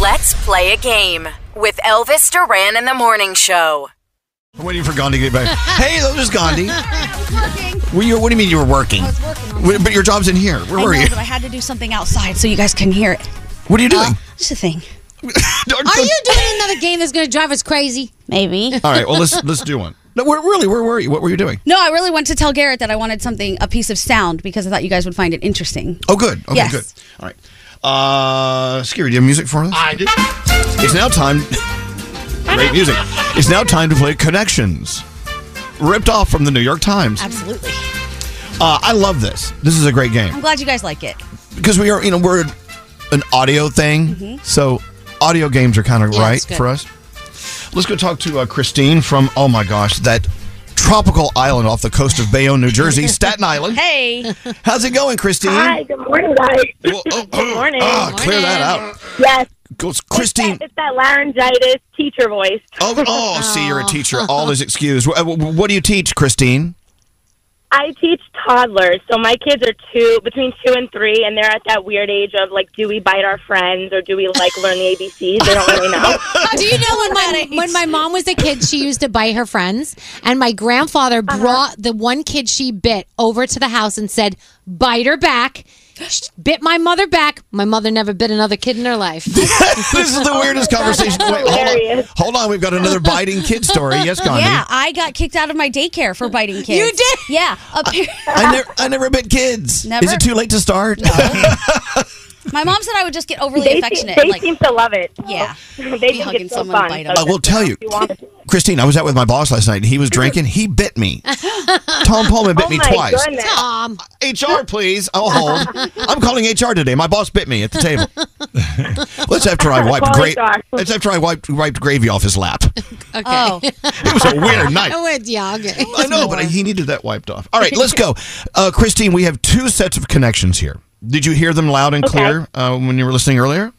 Let's play a game with Elvis Duran in the morning show. I'm waiting for Gandhi to get back. hey, that was Gandhi. Were you, what do you mean you were working? was working on Wait, But your job's in here. Where I were know, you? but I had to do something outside Uh, so you guys can hear it. What are you doing? Just a thing. Don't- Are don't- you doing another game that's going to drive us crazy? Maybe. All right, well, let's let's do one. No, where, really, where were you? What were you doing? no, I really wanted to tell Garrett that I wanted something, a piece of sound, because I thought you guys would find it interesting. Oh, good. Okay, Yes. good. All right. Uh, Scary, do you have music for us? I do. It's now time. Great music. It's now time to play Connections. Ripped off from the New York Times. Absolutely. Uh, I love this. This is a great game. I'm glad you guys like it. because we are, you know, we're an audio thing, so audio games are kind of Mm-hmm. Yeah, right it's good. for us. Let's go talk to uh, Christine from oh my gosh that tropical island off the coast of Bayonne, New Jersey, Staten Island. Hey. How's it going, Christine? Hi, good morning, guys. Well, oh, oh, morning. ah, clear that out. Yes, Goes Christine. it's that laryngitis teacher voice. Oh, oh, see, you're a teacher. All is excused. Wh- wh- What do you teach, Christine? I teach toddlers, so my kids are two between two and three, and they're at that weird age of like, do we bite our friends or do we like learn the ABCs? They don't really know. Do you know when my when my mom was a kid, she used to bite her friends, and my grandfather Uh-huh. brought the one kid she bit over to the house and said, "Bite her back." She bit my mother back. My mother never bit another kid in her life. this is the weirdest conversation. Wait, hold on. hilarious. Hold on. We've got another biting kid story. Yes, Gandhi. Yeah, I got kicked out of my daycare for biting kids. You did? Yeah. Up here- I never, I never bit kids. Never? Is it too late to start? my mom said I would just get overly They, seem, affectionate. they like, seem to love it. Yeah. they Be think hugging it's so someone and fun. bite them. Oh, so I will just- tell you, if want to- Christine, I was out with my boss last night and he was drinking. He bit me. Tom Pullman bit oh me my twice. goodness! Um, HR, please. I'll hold. I'm calling HR today. My boss bit me at the table. Let's after I wiped Call gra- HR. Let's after I wiped, wiped gravy off his lap. okay. oh, It was a weird night. Oh, it's- yeah, okay. I know, but he needed that wiped off. All right, let's go. Uh, Christine, we have two sets of connections here. Did you hear them loud and Okay. clear uh, when you were listening earlier?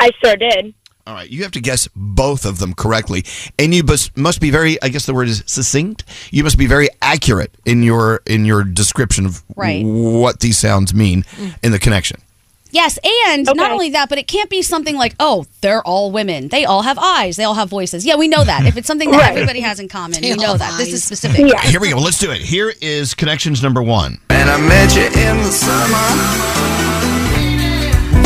I sure did. All right, you have to guess both of them correctly, and you bus- must be very. I guess the word is succinct. You must be very accurate in your in your description of Right. Mm. what these sounds mean in the connection. Yes, and not only that, but it can't be something like, oh, they're all women. They all have eyes. They all have voices. Yeah, we know that. If it's something that Right. everybody has in common, They we all know have that. This is specific. Here we go. Let's do it. Here is connections number one. And I met you in the summer.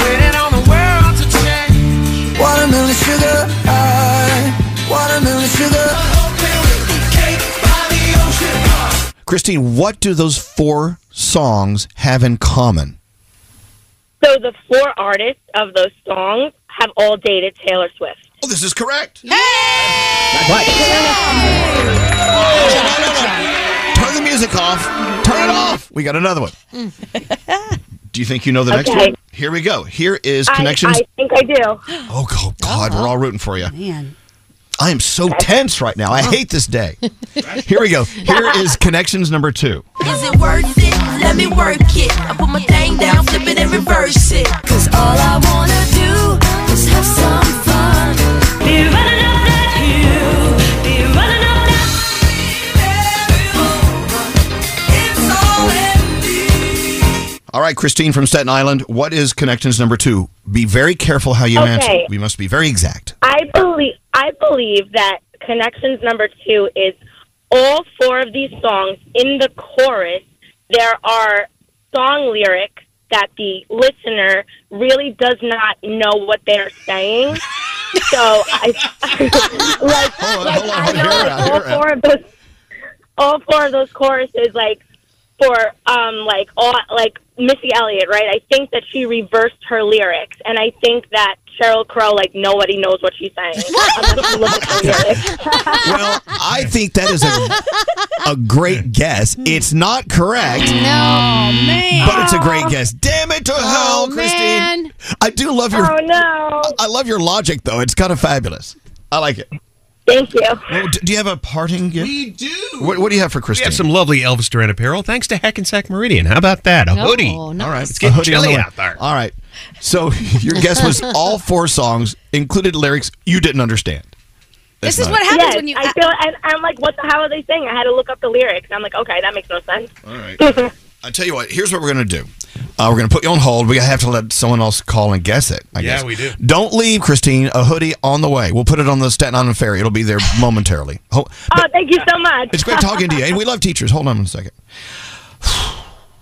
Waiting on the world to change. Watermelon sugar, I, watermelon sugar. Christine, what do those four songs have in common? So the four artists of those songs have all dated Taylor Swift. Oh, this is correct. Turn the music off. Turn it off. We got another one. Do you think you know the next Okay. one? Here we go. Here is I- connections. I, think I do. Oh go- God, we're all rooting for you. Man. I am so tense right now. Oh. I hate this day. Here we go. Here is connections number two. Is it worth it? Let me work it. I put my thing down, flip it and reverse it. Cause all I wanna do is have some fun. Be running up that hill, be running up that All right, Christine from Staten Island. What is connections number two? Be very careful how you Okay. answer. We must be very exact. I believe I believe that connections number two is all four of these songs in the chorus there are song lyrics that the listener really does not know what they're saying. so I like, like I know like, all four of those all four of those choruses like for um like all like Missy Elliott, right? I think that she reversed her lyrics, and I think that Cheryl Crow, like nobody knows what she's saying. I'm gonna look at the lyrics. well, I think that is a, a great guess. It's not correct. No, man. But it's a great guess. Damn it to hell, Christine. I do love your. Oh, no. I love your logic, though. It's kind of fabulous. I like it. Thank you. do you have a parting gift? We do. What, what do you have for Christine? We have some lovely Elvis Duran apparel, thanks to Hackensack Meridian. How about that? A No, hoodie. All All right, right, it's a getting hoodie on the chilly way. out there. All right. So your guess was all four songs included lyrics you didn't understand. That's not it. yes, I feel, and I'm like, what the hell are they saying? I had to look up the lyrics. I'm like, okay, that makes no sense. All right. I tell you what. Here's what we're gonna do. Uh, we're gonna put you on hold. We have to let someone else call and guess it. I Yeah, guess. we do. Don't leave, Christine. A hoodie on the way. We'll put it on the Staten Island ferry. It'll be there momentarily. Ho- Oh, thank you so much. it's great talking to you, and we love teachers. Hold on one second.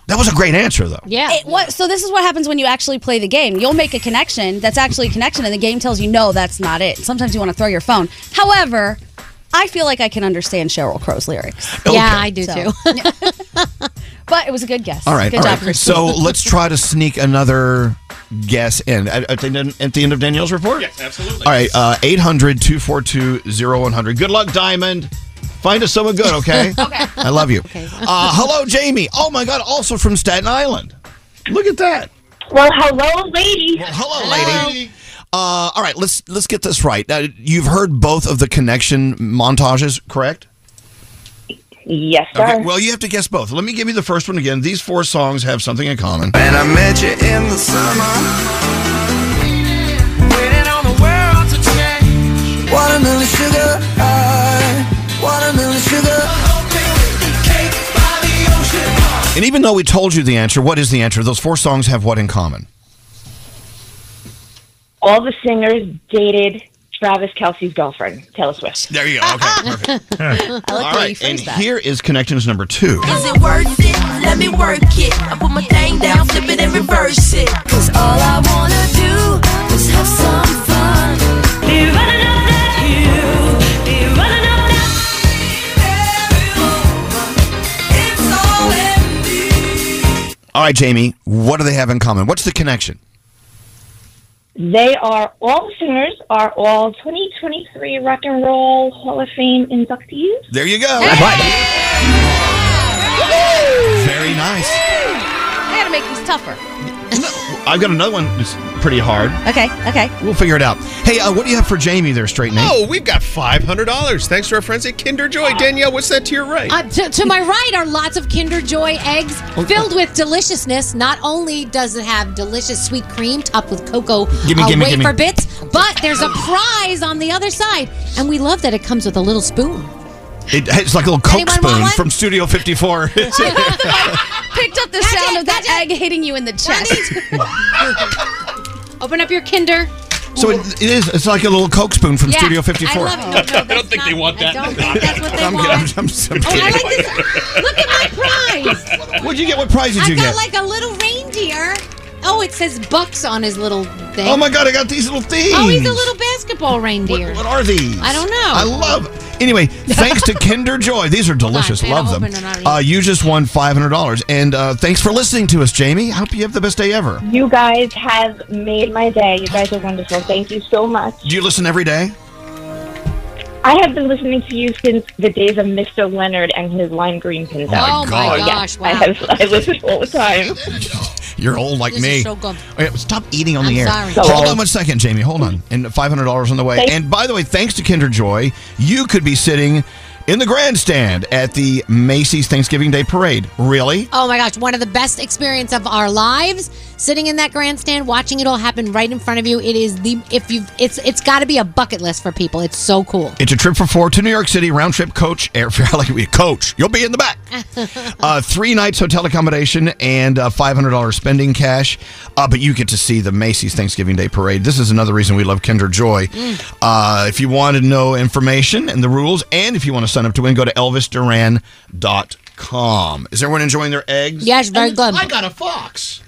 That was a great answer, though. Yeah. It, what, so this is what happens when you actually play the game. You'll make a connection that's actually a connection, and the game tells you no, that's not it. Sometimes you want to throw your phone. However, I feel like I can understand Cheryl Crow's lyrics. Okay. Yeah, I do too. but it was a good guess. All right. Good all job, right. Christine. So let's try to sneak another guess in at, at the, at the end of Danielle's report. Yes, absolutely. All right. Uh, 800 242 0100. Good luck, Diamond. Find us someone good, okay? Okay. I love you. Okay. Uh, hello, Jamie. Oh, my God. Also from Staten Island. Look at that. Well, hello, lady. Well, hello, lady. Uh, all right, let's let's get this right. Uh, you've heard both of the connection montages, correct? Yes, sir. Okay, well, you have to guess both. Let me give you the first one again. These four songs have something in common. And I met you in the summer. Waiting on the world to change. Watermelon sugar, I, watermelon sugar. And even though we told you the answer, what is the answer? Those four songs have what in common? All the singers dated Travis Kelsey's girlfriend, Taylor Swift. There you go. Okay. perfect. All right, and here is connections number two. Is it worth it? Let me work it. I put my thing down, flip it and reverse it. Cause all I wanna do is have some fun. Be running up that hill, be running up that All right, Jamie, what do they have in common? What's the connection? They are all the singers are all 2023 Rock and Roll Hall of Fame inductees. There you go. Very nice. I got to make these tougher. I've got another one that's pretty hard. Okay. Okay. We'll figure it out. Hey, uh, what do you have for Jamie there, Straight Nate? Oh, we've got five hundred dollars thanks to our friends at Kinder Joy. Danielle, what's that to your right? Uh, to, to my right are lots of Kinder Joy eggs Oh, filled with deliciousness. Not only does it have delicious sweet cream topped with cocoa Gimme, uh, gimme, wafer gimme. bits, but there's a prize on the other side, and we love that it comes with a little spoon. It, it's like a little Coke Anyone want spoon one? from Studio 54. It's- picked up the sound of that egg hitting you in the chest. Open up your Kinder. So it, it is. It's like a little Coke spoon from Yeah, Studio I 54. love it. No, I don't think they want that. that's what they I'm, want. kidding. I'm, I'm, I'm Oh, I kidding. like this. Look at my prize. What'd you get? What prize did I you got get? like a little reindeer. Oh, it says bucks on his little thing. Oh my God, I got these little things. Oh, he's a little basketball reindeer. what are these? I don't know. I love. Anyway, thanks to Kinder Joy, these are delicious. man, I'll Love open them. it and Uh, you just won five hundred dollars, and uh, thanks for listening to us, Jamie. I hope you have the best day ever. Do You guys have made my day. You guys are wonderful. Thank you so much. you listen every day? I have been listening to you since the days of Mr. Leonard and his lime green pins. Oh my Oh my God. Yes, gosh, I, have, I listen all the time. You're old like This me. is so good. Oh, yeah, stop eating on I'm the air. sorry. So Hold old. on one second, Jamie. Hold on. And five hundred dollars on the way. Thank- and by the way, thanks to Kinder Joy, you could be sitting in the grandstand at the Macy's Thanksgiving Day Parade. Really? Oh my gosh, one of the best experience of our lives. Sitting in that grandstand, watching it all happen right in front of you. It is the if you it's it's got to be a bucket list for people. It's so cool. It's a trip for four to New York City, round trip coach airfare. I like we coach. You'll be in the back. uh, three nights hotel accommodation and uh, five hundred dollars spending cash. Uh, but you get to see the Macy's Thanksgiving Day Parade. This is another reason we love Kinder Joy. Mm. Uh, if you want to know information and the rules, and if you want to sign up to win, go to elvisduran.com. Is everyone enjoying their eggs? Yes, very good. I got a fox.